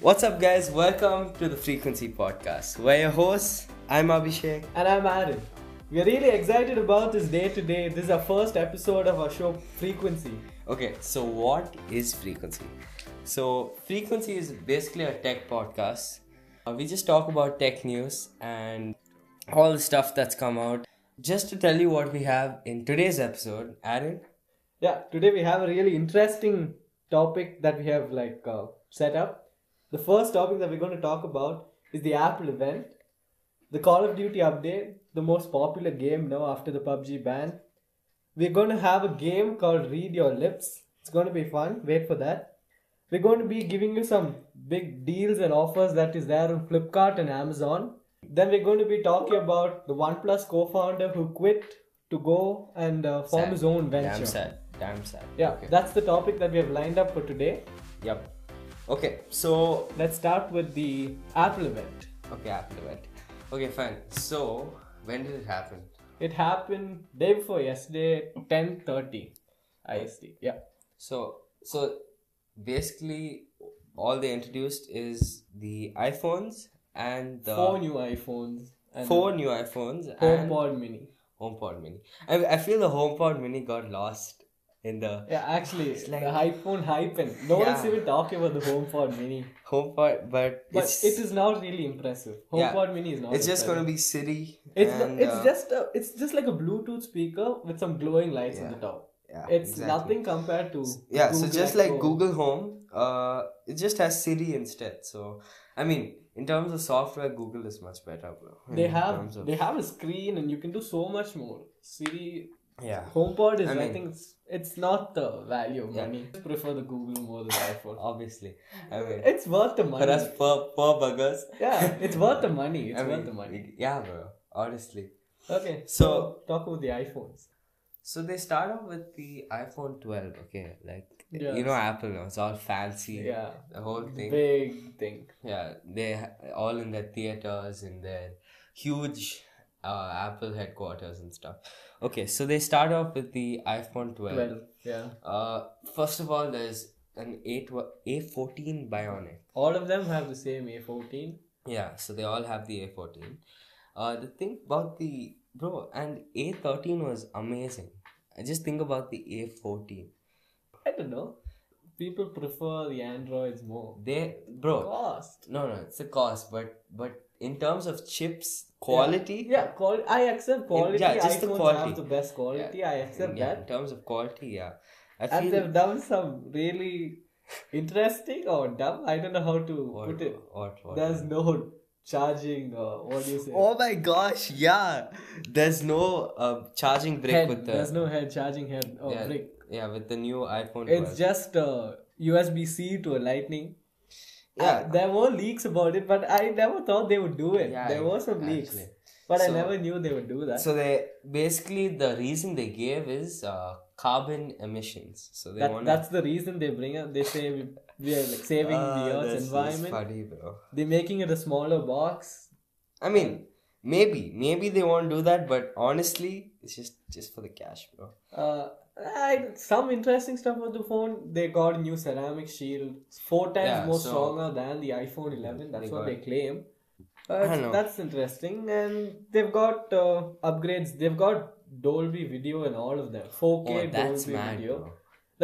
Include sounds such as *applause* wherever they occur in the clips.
What's up, guys? Welcome to the Frequency Podcast. We're your hosts. I'm Abhishek. And I'm Aaron. We're really excited about this day today. This is our first episode of our show Frequency. Okay, so what is Frequency? So, Frequency is basically a tech podcast. Uh, we just talk about tech news and all the stuff that's come out. Just to tell you what we have in today's episode, Aaron. Yeah, today we have a really interesting topic that we have like uh, set up. The first topic that we're going to talk about is the Apple event, the Call of Duty update, the most popular game now after the PUBG ban. We're going to have a game called Read Your Lips. It's going to be fun. Wait for that. We're going to be giving you some big deals and offers that is there on Flipkart and Amazon. Then we're going to be talking about the OnePlus co-founder who quit to go and uh, form Sad. his own venture. Damn sad. Damn sad. Yeah, Okay. that's the topic that we have lined up for today. Yep. Okay, so Let's start with the Apple event. Okay, Apple event. Okay, fine. So, when did it happen? It happened day before yesterday, 10:30 IST. Yeah. So, so basically, all they introduced is the iPhones and the four new iPhones and four new iPhones and HomePod Mini. HomePod Mini. I, I feel the HomePod Mini got lost in the Yeah, actually, It's like- the iPhone hype and no one's Yeah. even talking about the HomePod Mini. HomePod, but, But it's it is not really impressive. Yeah. HomePod Mini is not. it's just impressive. gonna be Siri. It's and, it's uh, just a, it's just like a Bluetooth speaker with some glowing lights on Yeah. the top. yeah, It's exactly. nothing compared to yeah so Google just like Echo. google home uh it just has siri instead so i mean in terms of software google is much better bro They In terms have of- they have a screen and you can do so much more. Siri yeah HomePod is I I, mean- think it's, it's not the value of Yeah. money. I prefer the Google more than the *laughs* iPhone. obviously i mean It's worth the for money. us poor, poor buggers Yeah, it's worth the money. It's I mean, worth the money. we- yeah bro honestly Okay, So- so, talk about the iPhones. so they start off with the iphone 12 okay like Yeah. you know apple now it's all fancy Yeah, the whole thing big thing. Yeah, they ha- all in their theaters in their huge uh, Apple headquarters and stuff. Okay, so they start off with the iPhone 12. Well, yeah, Uh, first of all, there's an A A14 Bionic. all of them have the same A14. Yeah, so they all have the A14. Uh, the thing about the bro and A13 was amazing. I just think about the A14. I don't know. People prefer the Androids more. They bro, Cost. no, no, it's the cost, but but in terms of chips quality, Yeah, qual- I accept quality. yeah, just the iPhones quality. have the best quality. I accept yeah, that. in terms of quality, yeah. I And feel they've done some really interesting or dumb. I don't know how to What- put it. what- what- There's no charging. Uh, what do you say? Oh my gosh! Yeah, there's no uh, charging brick head. with the There's no head charging head or yeah, brick. yeah with the new iPhone. It's 12. just uh, USB C to a Lightning. Yeah. Uh, there were leaks about it, but I never thought they would do it. Yeah, there were some leaks, actually. but I So- never knew they would do that. so they basically the reason they gave is uh, carbon emissions. So they that want that's the reason they bring up. They say we, we are like saving Ah, the Earth's environment. Funny, bro. They're making it a smaller box. I mean, maybe maybe they won't do that, but honestly, it's just just for the cash, bro. Uh, I, some interesting stuff on the phone. They got a new ceramic shield, It's four times Yeah, more so- stronger than the iPhone 11. That's They what got- they claim. I know. But that's interesting. And they've got uh, upgrades. They've got Dolby video and all of them. 4K oh, that's Dolby mad, video. bro.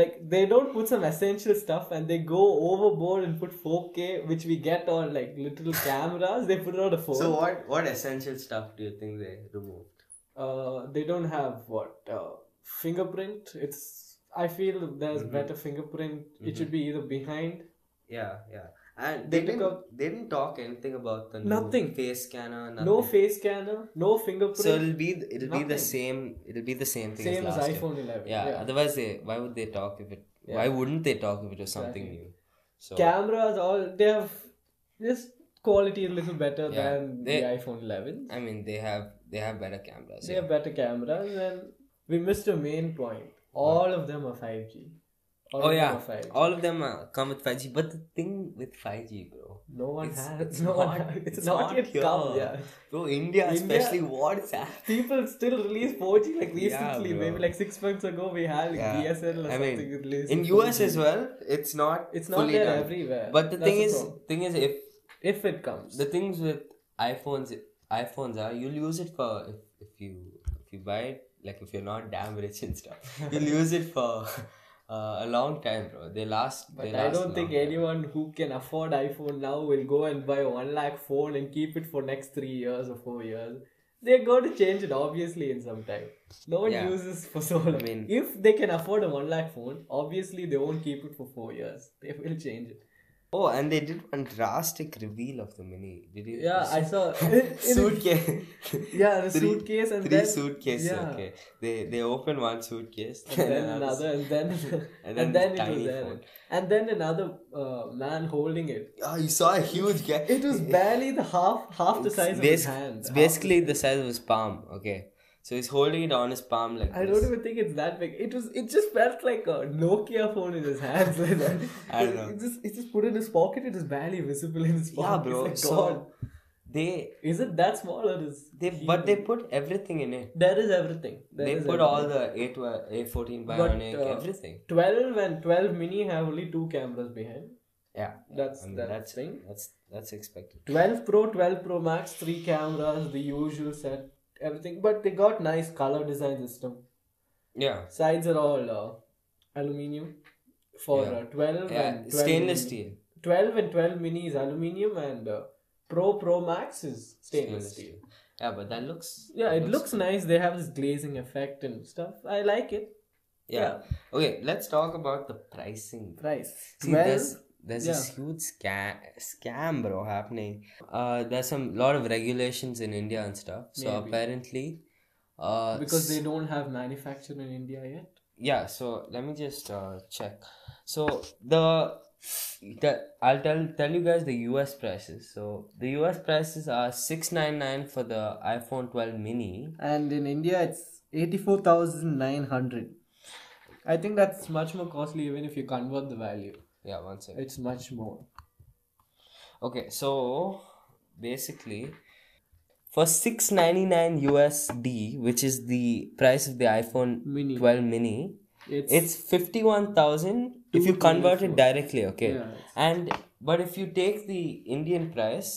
Like they don't put some essential stuff and they go overboard and put 4K, which we get on like little cameras. They put it on a phone. So what what essential stuff do you think they removed? uh, they don't have what uh, fingerprint. It's I feel there's Mhm. better fingerprint. Mhm. It should be either behind. Yeah, yeah. And They they didn't, took up- they didn't talk anything about the new Nothing. face scanner. Nothing. No face scanner. No fingerprint. So it'll be it'll be the Nothing. same it'll be the same thing same as as last year. iPhone 11. Yeah, Otherwise, they why would they talk if it? Why Yeah. wouldn't they talk if it was something Exactly. new? So Cameras all they have. This quality a little better Yeah. than They- the iPhone 11. I mean, they have they have better cameras. They yeah. have better cameras and we missed a main point. All of them are 5G. All Oh of them yeah, are 5G. all of them uh, come with 5G. But the thing with 5G, bro, no one It's- has. it's no one. not- Has, it's, it's not, not yet here. come. Yeah. bro, India, India- especially what is that? People still release 4G like Yeah, recently. bro. maybe like six months ago we had like Yeah. DSL or I mean, something released In with US 4G. as well, it's not. It's not fully there done. everywhere. But the That's thing the is, problem. thing is, if if it comes, the things with iPhones, iPhones are you'll use it for if, if you if you buy it like if you're not damn rich and stuff, *laughs* you'll use it for uh, a long time, bro. They last. But they I last don't a think long time. anyone who can afford iPhone now will go and buy a one lakh phone and keep it for next three years or four years. They're going to change it obviously in some time. No one Yeah. uses for so long. mean- if they can afford a one lakh phone, obviously they won't keep it for four years. *laughs* They will change it. Oh, and they did one drastic reveal of the mini. Did you? Yeah, *laughs* I saw. *laughs* suitcase. yeah, the Three- suitcase and Three then suitcases. yeah. Okay, they they open one suitcase and then *laughs* another, *laughs* and then and then then, this it was tiny there, phone. and then another uh, man holding it. Oh, you saw a huge guy. It *laughs* was barely the half half the size of his Basi- hand. It's Half- basically the size of his palm. Okay, so he's holding it on his palm like I this. don't even think it's that big. It was. It just felt like a Nokia phone in his hands. *laughs* Like that. *laughs* I don't know. It just. It just put it in his pocket. It is barely visible in his pocket. yeah, Oh, bro. It's like, so God, they is it that small or is they but they put everything in it. there is everything. There they is put everything. all the A twelve, A fourteen bionic, uh, everything. twelve and twelve mini have only two cameras behind. Yeah, That's I mean, the that's thing. That's that's expected. 12 Pro, 12 Pro Max, three cameras, the usual set, everything. But they got nice color design system. Yeah, Sides are all uh, aluminium for Yeah. uh, 12 yeah. and 12 Stainless mini. steel. 12 and 12 mini is aluminium and uh, Pro Pro Max is stainless steel. Yeah, but that looks. Yeah, that it looks nice. They have this glazing effect and stuff. I like it. Yeah. Okay, let's talk about the pricing. Price. See, there's there's this huge scam, scam, bro, happening. Uh, there's some lot of regulations in India and stuff. So Maybe. apparently, uh, because s- they don't have manufacture in India yet. yeah. So let me just uh, check. So the the I'll tell tell you guys the U.S. prices. So the U.S. prices are six nine nine for the iPhone 12 mini. And in India, it's 84,900. I think that's much more costly even if you convert the value. Yeah, one second. It's much more. Okay, so basically, for six ninety nine USD, which is the price of the iPhone Mini. twelve mini, It's, it's fifty one thousand if you convert it 224. directly. Okay, Yeah. and but if you take the Indian price,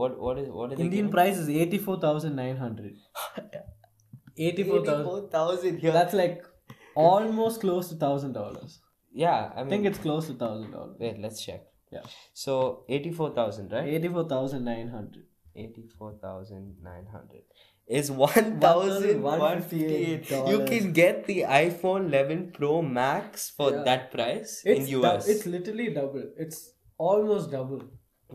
what what is what is Indian price is *laughs* 84,900. 84,000. thousand here? That's like almost close to $1,000. Yeah, I I think mean, it's close to $1,000. wait, let's check. Yeah. So eighty four thousand, right? 84,900. Eighty-four thousand nine hundred is one thousand one fifty-eight. You $1,158. can get the iPhone 11 Pro Max for Yeah. that price It's in US. dou- it's literally double. It's almost double.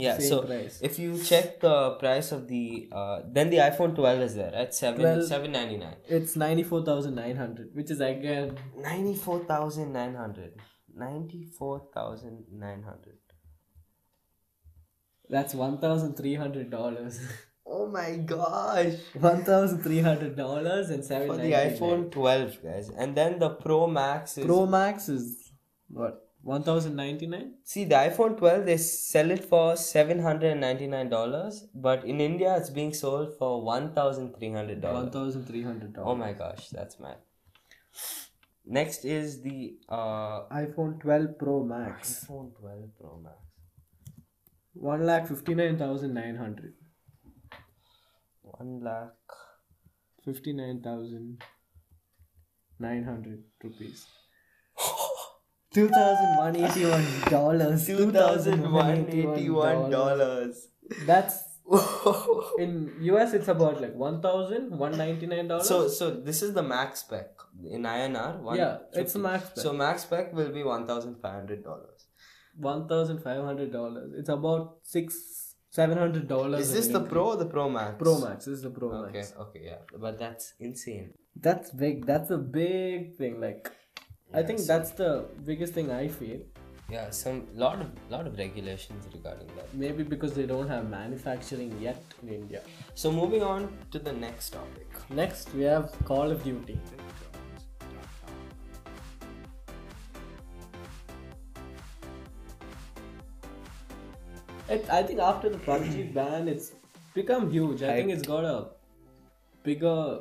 yeah, same so price. if you check the price of the uh, then the iPhone 12 is there at seven 12. seven ninety nine. It's 94,900, which is again Ninety-four thousand nine hundred. Ninety-four thousand nine hundred. That's one thousand three hundred dollars. *laughs* Oh my gosh! one thousand three hundred dollars and seven. For the iPhone 12, guys, and then the Pro Max is Pro Max is what one thousand ninety nine. See, the iPhone 12, they sell it for $799, but in India, it's being sold for One $1,300. thousand three hundred Oh dollars. my gosh, that's mad. Next is the uh, iPhone twelve Pro Max. iPhone 12 Pro Max. One lakh fifty nine thousand nine hundred. 1 *laughs* lakh. Fifty nine thousand nine hundred *laughs* rupees. Two thousand one eighty one dollars. $2,181. That's in US. It's about like one thousand one ninety nine dollars. so, so this is the max spec in INR. One Yeah, it's a max spec. So, max spec will be $1,500. one thousand five hundred dollars. It's about six seven hundred dollars. Is this the Pro or the Pro Max? Pro Max? This is the Pro Okay, Max. okay, yeah. But that's insane. That's big. That's a big thing. Like, I Yeah, think so- that's the biggest thing I feel. Yeah, some lot of lot of regulations regarding that. Maybe because they don't have manufacturing yet in India. So moving on to the next topic. Next, we have Call of Duty. It, I think after the PUBG ban, it's become huge. I think it's got a bigger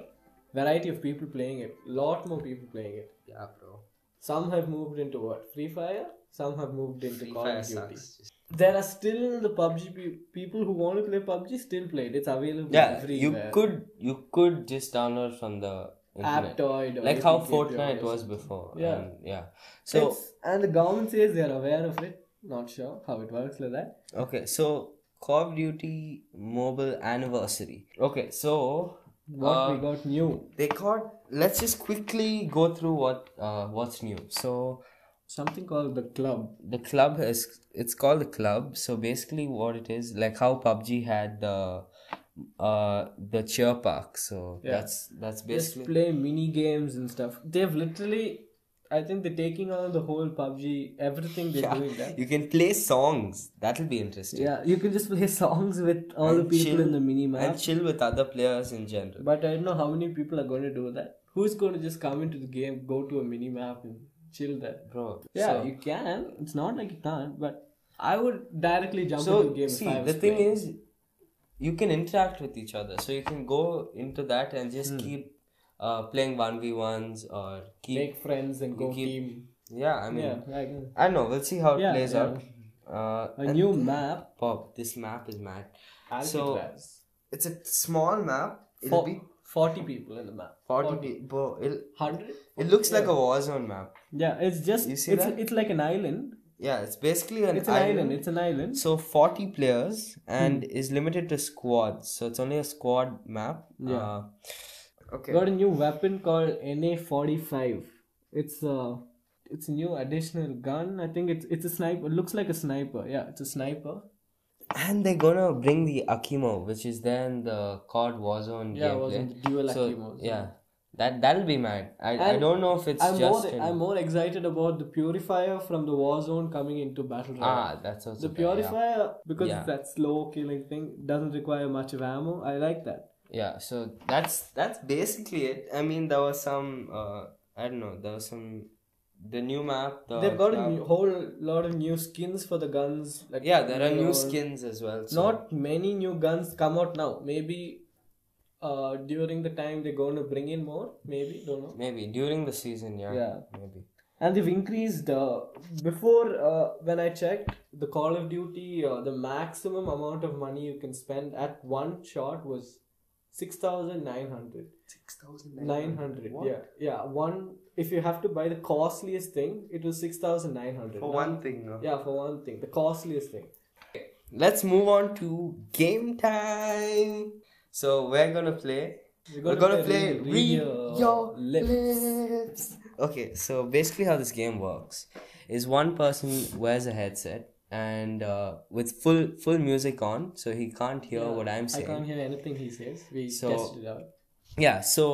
variety of people playing it. Lot more people playing it. Yeah, bro. Some have moved into what Free Fire. Some have moved into Free Call Fire of Duty. sucks. Just- There are still the PUBG pe- people who want to play PUBG still play it. It's available. Yeah, you everywhere. could you could just download from the internet. Aptoid or like how APK or Fortnite was something. before. Yeah. and yeah. So It's- and the government says they are aware of it. Not sure how it works like that. okay, so Call of Duty Mobile Anniversary. Okay, so What uh, we got new. they got. Let's just quickly go through what uh, what's new. So Something called the club. the club is it's called the club. So basically, what it is like how PUBG had the uh the cheer park. So Yeah. that's that's Just basically play mini games and stuff. They've literally, I think they're taking on the whole PUBG, everything they're doing *laughs* there. you can play songs. That'll be interesting. Yeah, you can just play *laughs* songs with all the And people chill- in the mini map. and chill with other players in general. But I don't know how many people are going to do that. Who's going to just come into the game, go to a mini map, and chill there? Bro, Yeah, so- you can. It's not like you can't, but I would directly jump so into the game. see if I the was thing playing. is you can interact with each other so you can go into that and just Hmm. keep uh, playing 1v1s or keep make friends and go keep- team. yeah i mean Yeah, like a- i don't know we'll see how it Yeah, plays yeah. out uh, a new map. pop this map is mad Alcatraz. it's a small map Four- 40 people in the map. 40 pe- bro it, 100? it looks like a warzone map Yeah, it's just You see it's that? it's like an island. yeah it's basically an It's an island. It's an island. so 40 players and is limited to squads so it's only a squad map Yeah. uh, okay Got a new weapon called NA45. It's a it's a new additional gun. I think it's it's a sniper. It looks like a sniper. Yeah, it's a sniper. And they're gonna bring the Akimo, which is then the COD Warzone Yeah, gameplay. Warzone, the dual so, Akimos, Yeah, that that'll be mad. I, I And don't know if it's I'm just more in- I'm more excited about the purifier from the Warzone coming into battle royale. ah that's also The bad, yeah. purifier, because Yeah. it's that slow killing thing, doesn't require much of ammo. I like that. Yeah, so that's that's basically it. I mean, there was some uh, I don't know. There was some the new map. The They've got a club- new, whole lot of new skins for the guns. Like yeah. There are new or- skins as well. So. Not many new guns come out now. Maybe uh, during the time they're going to bring in more. Maybe don't know. maybe during the season. Yeah. Yeah. Maybe. And they've increased. Uh, before uh, when I checked the Call of Duty, uh, the maximum amount of money you can spend at one shot was six thousand nine hundred. 900 yeah yeah one if you have to buy the costliest thing it was 6900 For Now- one thing. No? yeah for one thing the costliest thing Let's move on to game time. So we're gonna play we're We're gonna play Read- read, Read your Lips. lips. Okay, so basically how this game works is one person wears a headset and uh, with full full music on, so he can't hear Yeah, what I'm i can't saying. hear anything he says we So- tested it out Yeah, so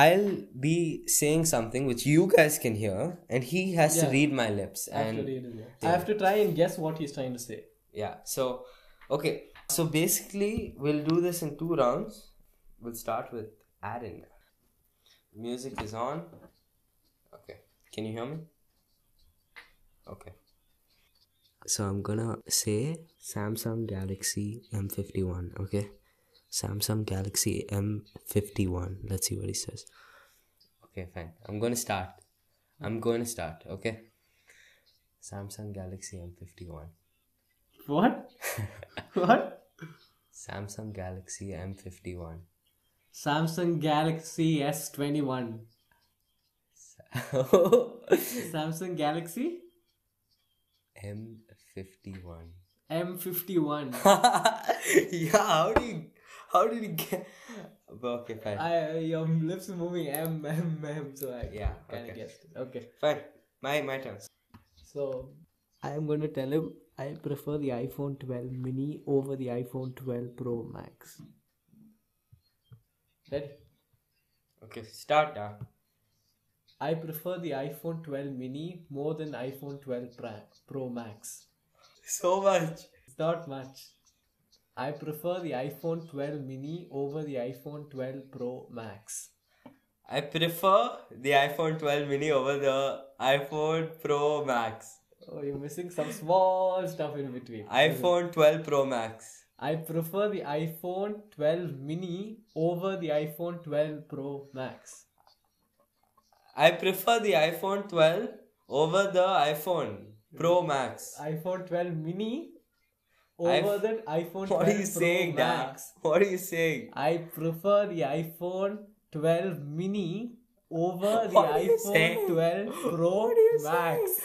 I'll be saying something which you guys can hear, and he has to Yeah. read my lips. I have, to And read it, yeah. I have to try and guess what he's trying to say yeah, so okay, so basically we'll do this in two rounds. We'll start with Aaron. Music is on. Okay. Can you hear me? Okay. So I'm gonna say Samsung Galaxy M51. Okay. Samsung Galaxy M51. Let's see what he says. Okay, fine. I'm gonna start. I'm gonna start. Okay. Samsung Galaxy M51. *laughs* what what Samsung Galaxy *laughs* M51. samsung galaxy s21 samsung galaxy M51. m51 *laughs* yeah, how do you, how did you get? Well, okay, fine. I your lips are moving M M M so I Yeah, kind of okay. guessed it. Okay. fine. My my turn. So I am going to tell him I prefer the iPhone 12 mini over the iPhone 12 Pro Max. Ready? Okay, start now. I prefer the iPhone 12 mini more than iPhone 12 Pra- Pro Max. So much. It's not much. I prefer the iPhone 12 mini over the iPhone 12 Pro Max. I prefer the iPhone 12 mini over the iPhone Pro Max. Oh, you're missing some small stuff in between. iPhone 12 Pro Max. I prefer the iPhone 12 mini over the iPhone 12 Pro Max. I prefer the iPhone 12 over the iPhone Pro Max. iPhone 12 mini over the iPhone *laughs* 12 What are you Pro saying, Dad? Max. What are you saying? I prefer the iPhone 12 mini *laughs* over the What are you iPhone saying? *laughs* 12 Pro What are you Max.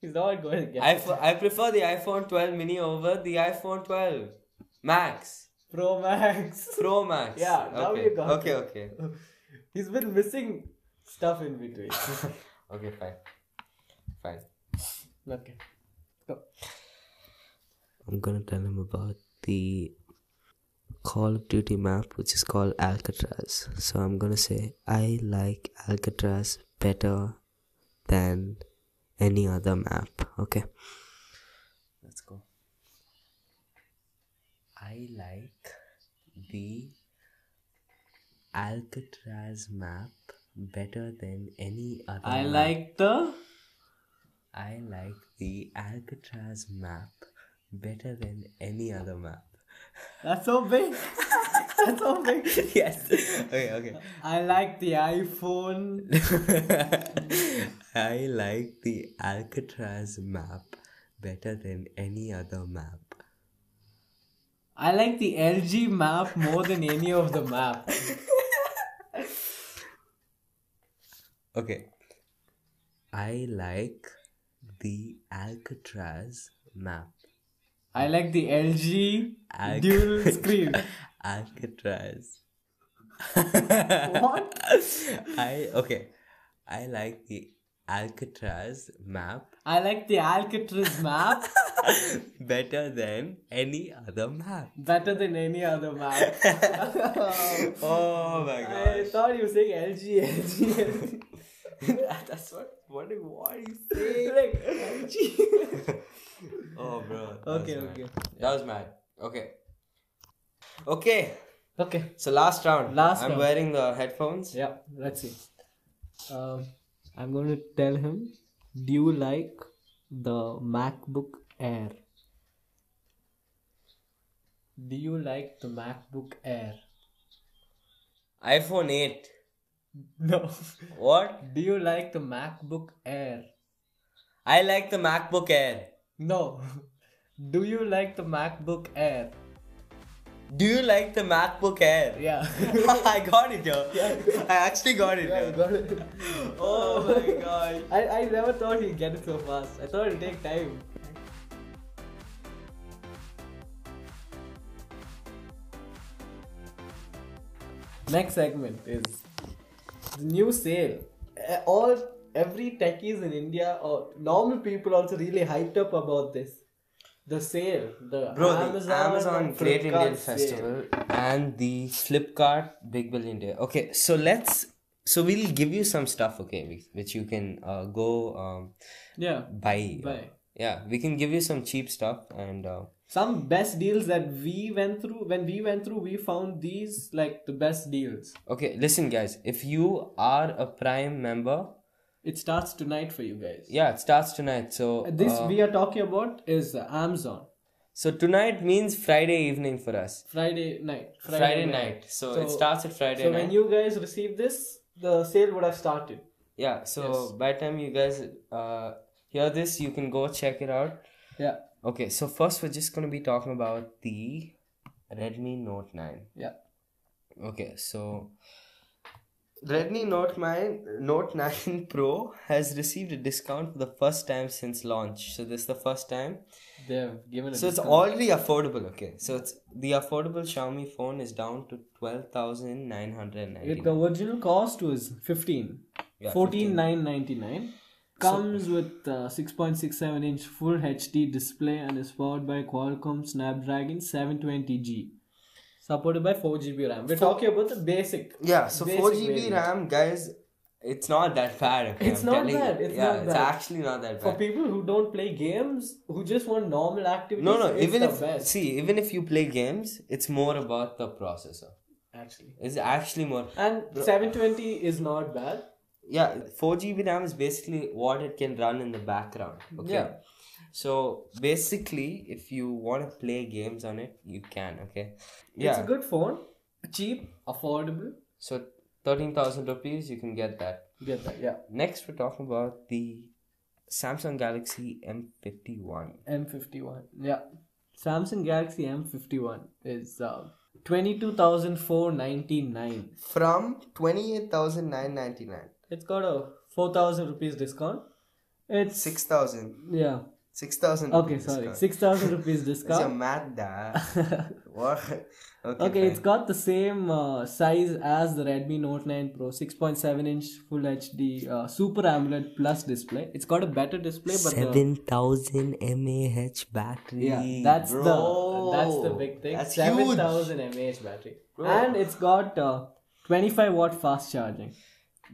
He's not going to get I, it. f- I prefer the iPhone 12 mini over the iPhone 12 Max. *laughs* Pro Max. Pro Max. Yeah, now okay. you got Okay, okay. He's been missing stuff in between. *laughs* okay, fine. Fine. okay. I'm gonna tell him about the Call of Duty map, which is called Alcatraz. So I'm gonna say I like Alcatraz better than any other map. Okay. Let's go. I like the Alcatraz map better than any other. I map. like the I like the Alcatraz map better than any other map. That's so big. *laughs* That's so big. *laughs* yes. Okay. Okay. *laughs* I like the iPhone. I like the Alcatraz map better than any other map. I like the LG map more than any of the map. Okay. I like the Alcatraz map. *laughs* I like the LG Alc- dual screen. Alcatraz. *laughs* What? I okay. I like the Alcatraz map *laughs* I like the Alcatraz map better than any other map. better than any other map. Oh my I thought you were saying LG, LG, *laughs* That's what what do- what do you LG. like LG. Oh bro. that was okay, mad. okay, That was mad. Okay. Okay. okay. So last round. Last I'm round. wearing the headphones. Yeah, let's see. Um, I'm going to tell him, do you like the MacBook Air? Do you like the MacBook Air? *laughs* iPhone 8. No. What? do you like the MacBook Air? I like the MacBook Air. No. *laughs* do you like the MacBook Air? Do you like the MacBook Air? Yeah. *laughs* *laughs* I got it, yo. I actually got it, yo. Oh my god. I, I never thought he'd get it so fast. I thought it'd take time. Next segment is the new sale. Eh, All every techies in India or normal people also really hyped up about this. The sale, the Bro, the Amazon, Amazon and Great Flipkart Indian sale. Festival and the Flipkart Big Billion Day. Okay, so let's. So we'll give you some stuff, okay, which- which you can uh, go um, Yeah, buy. bye. Yeah, we can give you some cheap stuff and uh, Some best deals that we went through. When we went through, we found these like the best deals. okay, listen guys, if you are a Prime member, It starts tonight for you guys. yeah, it starts tonight. So This uh, we are talking about is uh, Amazon so tonight means Friday evening for us. Friday night. Friday, night. So, it So- starts at Friday so night. when you guys receive this, the sale would have started. yeah, so Yes. by the time you guys uh, hear this, you can go check it out. Yeah, Okay, so first we're just gonna be talking about the Redmi Note 9. yeah. Okay, so Redmi Note 9 Note 9 *laughs* Pro has received a discount for the first time since launch. So this is the first time. They have given it. So it's already affordable, okay. So it's the affordable Xiaomi phone is down to twelve thousand nine hundred and ninety. the original cost was 15 Yeah, 14999 comes with uh, 6.67 inch full HD display and is powered by Qualcomm Snapdragon 720G supported by 4GB RAM. We're talking about the basic. Yeah, so Basic four GB variant. RAM, guys, it's not that bad. Okay? It's I'm not telling you. bad, it's yeah, not it's bad. actually not that For bad. people who don't play games, who just want normal activities, No, no. it's Even the if best. see, even if you play games, it's more about the processor. actually. It's actually more. And 720 is not bad. yeah, 4GB RAM is basically what it can run in the background. Okay. Yeah. So basically, if you want to play games on it, you can. Okay. Yeah. It's a good phone, cheap, affordable. so thirteen thousand rupees, you can get that. Get that, yeah. Next, we're talking about the Samsung Galaxy M51. M51. Yeah. Samsung Galaxy M51 is uh, 22,499. From twenty eight thousand nine ninety nine, It's got a 4,000 rupees discount. It's six thousand, yeah. six thousand. Okay, sorry. 6,000 rupees discount. mad *laughs* dad. what? Okay. okay, it's got the same uh, size as the Redmi Note 9 Pro 6.7 inch full HD uh, Super AMOLED Plus display. It's got a better display but the- 7000 mAh battery. Yeah, that's bro. the that's the big thing. That's huge. Seven thousand mAh battery, and it's got uh, twenty-five watt fast charging,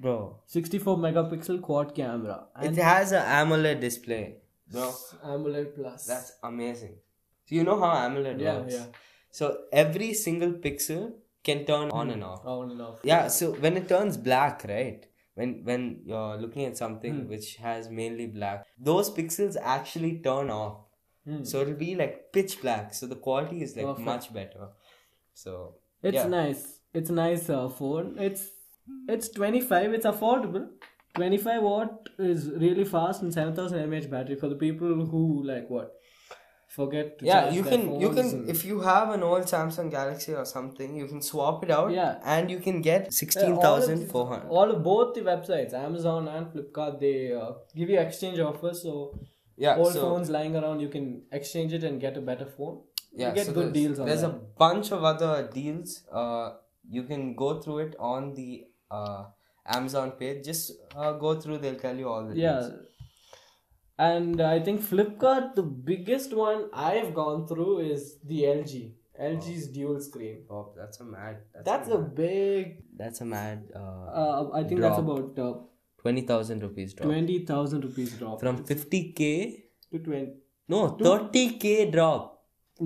bro. sixty-four megapixel quad camera, It and has an AMOLED display, bro. AMOLED plus. That's amazing. So you know how AMOLED Yeah, works. yeah. So every single pixel can turn on and off. on and off. Yeah. So when it turns black, right? When when you're looking at something Hmm. which has mainly black, those pixels actually turn off. Hmm. So it'll be like pitch black. So the quality is like Perfect. much better. So It's yeah. nice. It's a nice uh, phone. It's it's twenty-five. It's affordable. Twenty-five watt is really fast and seven thousand mAh battery for the people who like what forget. To yeah charge you their can you phones can and- if you have an old samsung galaxy or something you can swap it out Yeah. and you can get Yeah, all of these- 16400 All of both the websites, Amazon and Flipkart, they uh, give you exchange offers. So yeah old so phones lying around, you can exchange it and get a better phone. yeah you get so good there's, deals on there's that. a bunch of other deals uh you can go through it on the uh amazon page just uh, go through they'll tell you all the yeah. deals And I think Flipkart, the biggest one I've gone through is the LG. LG's dual screen. oh that's a mad That's a big. that's a mad uh, Uh, I think that's about uh, 20000 rupees drop twenty thousand rupees drop from 50k to twenty no 30k drop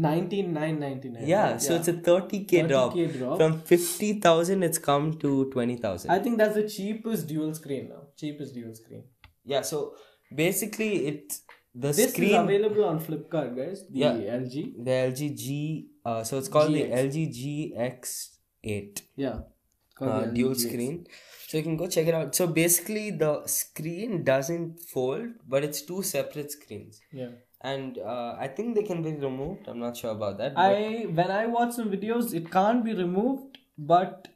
nineteen nine ninety nine. Yeah, so it's a 30k, drop. 30K drop. From 50,000, it's come to 20,000. I think that's the cheapest dual screen now. Cheapest dual screen. Yeah, so basically, it the This is screen, available on Flipkart, guys. The Yeah. LG. the LG G, uh, so it's called GX. the LG GX8 Yeah. It's called uh, the LG dual GX. screen. So you can go check it out. So basically, the screen doesn't fold, but it's two separate screens. Yeah. And uh, I think they can be removed. I'm not sure about that. but- I when I watch some videos, it can't be removed, but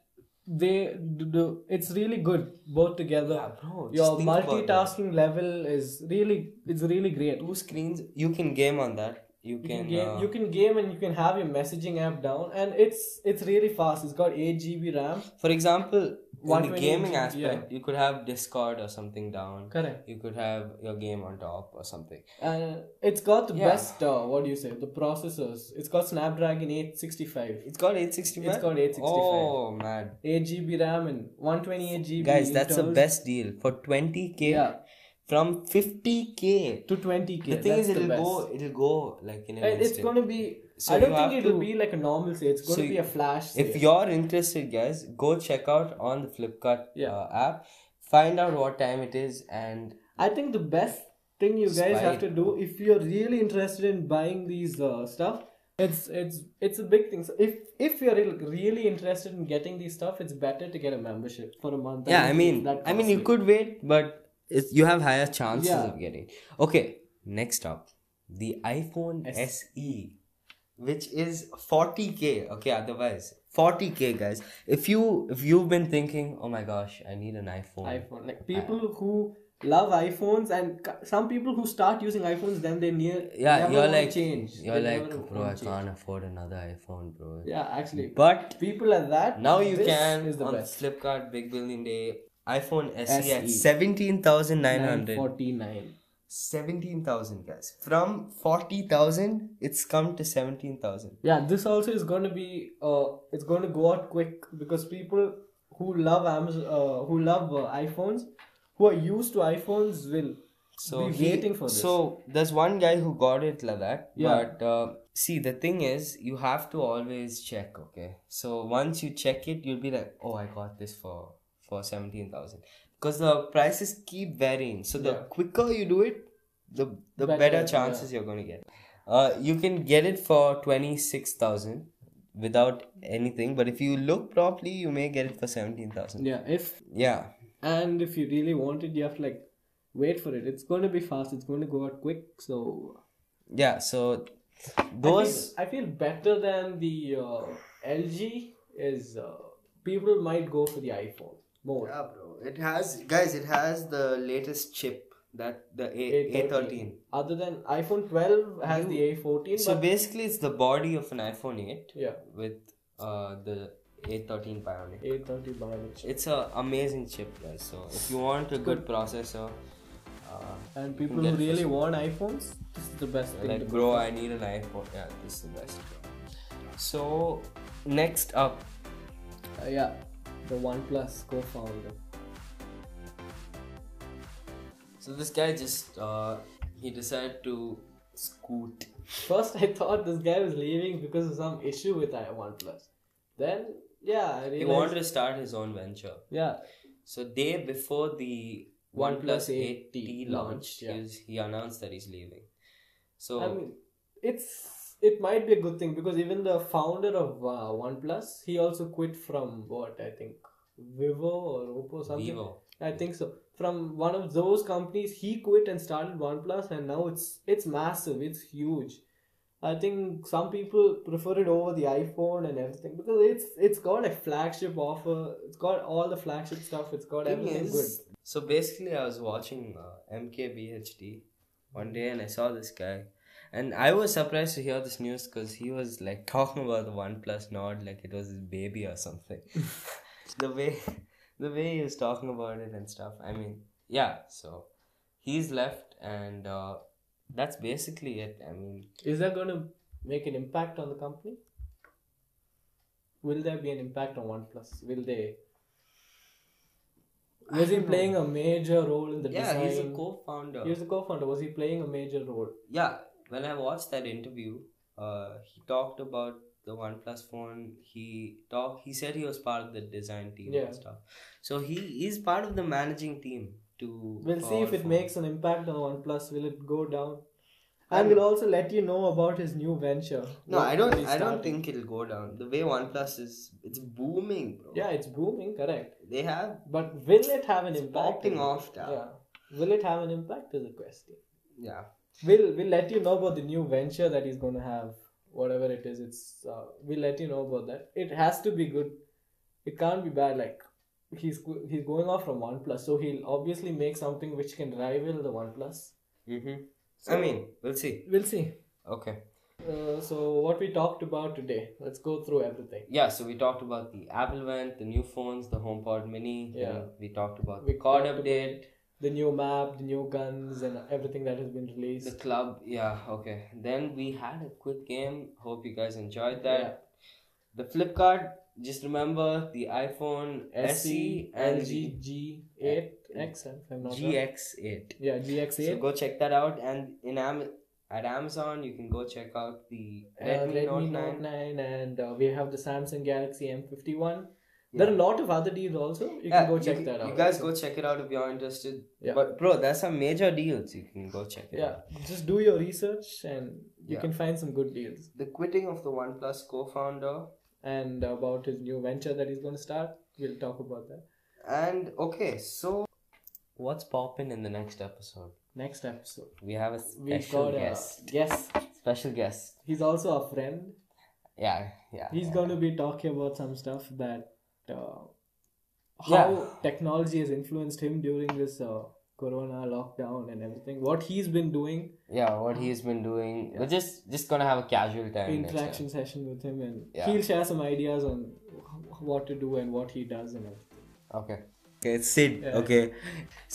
they do, do- it's really good both together. Yeah, bro, just Your think about that. multitasking level is really it's really great. two screens, you can game on that. You You can, can, game, uh, you can game and you can have your messaging app down and it's it's really fast. It's got 8 GB RAM. For example, on the 120 gaming yeah. aspect, you could have Discord or something down. Correct. You could have your game on top or something. Uh, it's got the Yeah. best, uh, what do you say, the processors. It's got Snapdragon 865, It's got 865. It's got 865. Oh man, 8 GB RAM, and 128 GB. guys, that's the internals best deal for 20k Yeah. from 50k. To 20K. The thing that's is, it'll best. go, it'll go like in an And Uh, it's instant. going to be. So I don't you think have it'll to- be like a normal sale. It's going So to be you- a flash sale. If you're interested, guys, go check out on the Flipkart Yeah. uh, app. Find out what time it is, and I think the best thing you guys Spy. have to do if you're really interested in buying these uh, stuff. It's it's it's a big thing. So if if you're re- really interested in getting these stuff, it's better to get a membership for a month. yeah, I don't think mean, that I mean, you costly. could wait, but it's, you have higher chances Yeah. of getting. Okay, next up, the iPhone E, SE, which is 40k. Okay, otherwise 40k, guys. If you if you've been thinking, oh my gosh, I need an iPhone. iPhone. Like people who love iPhones and c- some people who start using iPhones, then they near yeah, never you're wanna like change. you're They like never bro, I wanna can't change. afford another iPhone, bro. Yeah, actually, But people are that. now you this can Is the on best. E. Flipkart Big Billion Day iPhone SE, at SE. seventeen thousand nine hundred. 49. 17,000 guys. From 40,000, it's come to 17,000. Yeah, this also is going to be uh, it's going to go out quick because people who love Amazon, uh, who love uh, iPhones, who are used to iPhones will So be he- waiting for this. So there's one guy who got it like that. Yeah. But uh, see, the thing is, you have to always check. Okay. So once you check it, you'll be like, oh, I got this for for 17,000 because the prices keep varying. So the Yeah. quicker you do it, the the better, Better, chances you're going to get. Uh, you can get it for 26,000 without anything, but if you look properly, you may get it for 17,000. Yeah, if Yeah. and if you really want it, you have to like wait for it. It's going to be fast. It's going to go out quick. So Yeah, so those I feel, I feel better than the uh, LG is uh, people might go for the iPhone more. Yeah, bro. It has guys. It has the latest chip that the A A thirteen. Other than iPhone 12 has You- the A14. So but- basically, it's the body of an iPhone eight yeah, with uh the A thirteen Bionic. A30 bionic. It's a amazing chip, guys. So if you want a good processor, uh, And you people can who get it for really want iPhones, this is the best thing. to like go bro for. i need an iphone yeah this is the best so next up Uh, yeah, the OnePlus co-founder. so this guy just uh he decided to scoot First, I thought this guy was leaving because of some issue with i- OnePlus. Then, yeah, I realized. he wanted to start his own venture yeah, so day before the OnePlus OnePlus 8T 8T launch, launch, yeah. he, was- he announced that he's leaving. So I mean, it's it might be a good thing because even the founder of uh, OnePlus, he also quit from what I think Vivo or Oppo something. Vivo, I think so. From one of those companies, he quit and started OnePlus, and now it's it's massive. It's huge. I think some people prefer it over the iPhone and everything because it's it's got a flagship offer. It's got all the flagship stuff. It's got Thing everything is- so basically, I was watching uh, MKBHD one day, and I saw this guy, and I was surprised to hear this news because he was like talking about the OnePlus Nord like it was his baby or *laughs* something. the way, the way he was talking about it and stuff. I mean, yeah. So he's left, and uh, that's basically it. I mean, good. Is that going to make an impact on the company? Will there be an impact on OnePlus? Will they? I Was he don't know. playing a major role in the yeah, design? he's a co-founder. He was a co-founder. Was he playing a major role? yeah, when I watched that interview, uh, he talked about the OnePlus phone. He talked. He said he was part of the design team Yeah. and stuff. So he is part of the managing team. To We'll for see if our it phone. makes an impact on OnePlus. Will it go down? I And don't- we'll also let you know about his new venture. No, What I don't. he's I don't starting. think it'll go down. The way OnePlus is, it's booming, bro. Yeah, it's booming, correct. They have But will it have an it's impact? popping off now. Yeah. Yeah. Will it have an impact is the question. yeah. We'll we'll let you know about the new venture that he's gonna have. Whatever it is, it's uh, we'll let you know about that. It has to be good. It can't be bad. Like he's go- he's going off from OnePlus, so he'll obviously make something which can rival the OnePlus. Mm-hmm. I So- mean, we'll see. We'll see. Okay. Uh, so what we talked about today let's go through everything Yeah. So we talked about the Apple event, the new phones, the HomePod Mini. Yeah. then We talked about We the card talked about- update. the new map the new guns and everything that has been The released club, yeah, okay. Then we had a quick game. Hope you guys enjoyed that. The flip card, just remember the iPhone yeah. SE sc and lg g8 x if i'm the not wrong. GX8. yeah So gx8 go check that out. And in Am- at Amazon, you can go check out the uh, Redmi, Note 9. and uh, we have the samsung galaxy m51 Yeah. there are a lot of other deals also you Yeah, can go check can- that out You guys go check it out if you're interested. Yeah. But bro, there's some major deals. You can go check it yeah out. just do your research and you Yeah. can find some good deals The quitting of the OnePlus co-founder. and about his new venture that he's going to start we'll talk about that And okay, so what's popping in the next episode? next episode We have a we special got guest. a guest Special guest. he's also a friend. Yeah, yeah. He's yeah. going to be talking about some stuff that uh, how Yeah. technology has influenced him during this uh, corona lockdown and everything. What he's been doing, Yeah, what he's been doing. We're just just gonna have a casual time. next time. interaction session with him, and Yeah. he'll share some ideas on wh- what to do and what he does and everything. Okay. Okay, it's Sid. Yeah. Okay.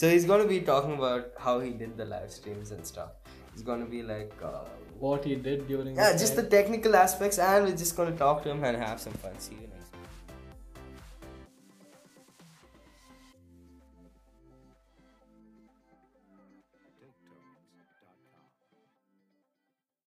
So he's gonna be talking about how he did the live streams and stuff. He's gonna be like, uh, What he did during yeah, this just the time. technical aspects, and we're just gonna talk to him and have some fun. See you next.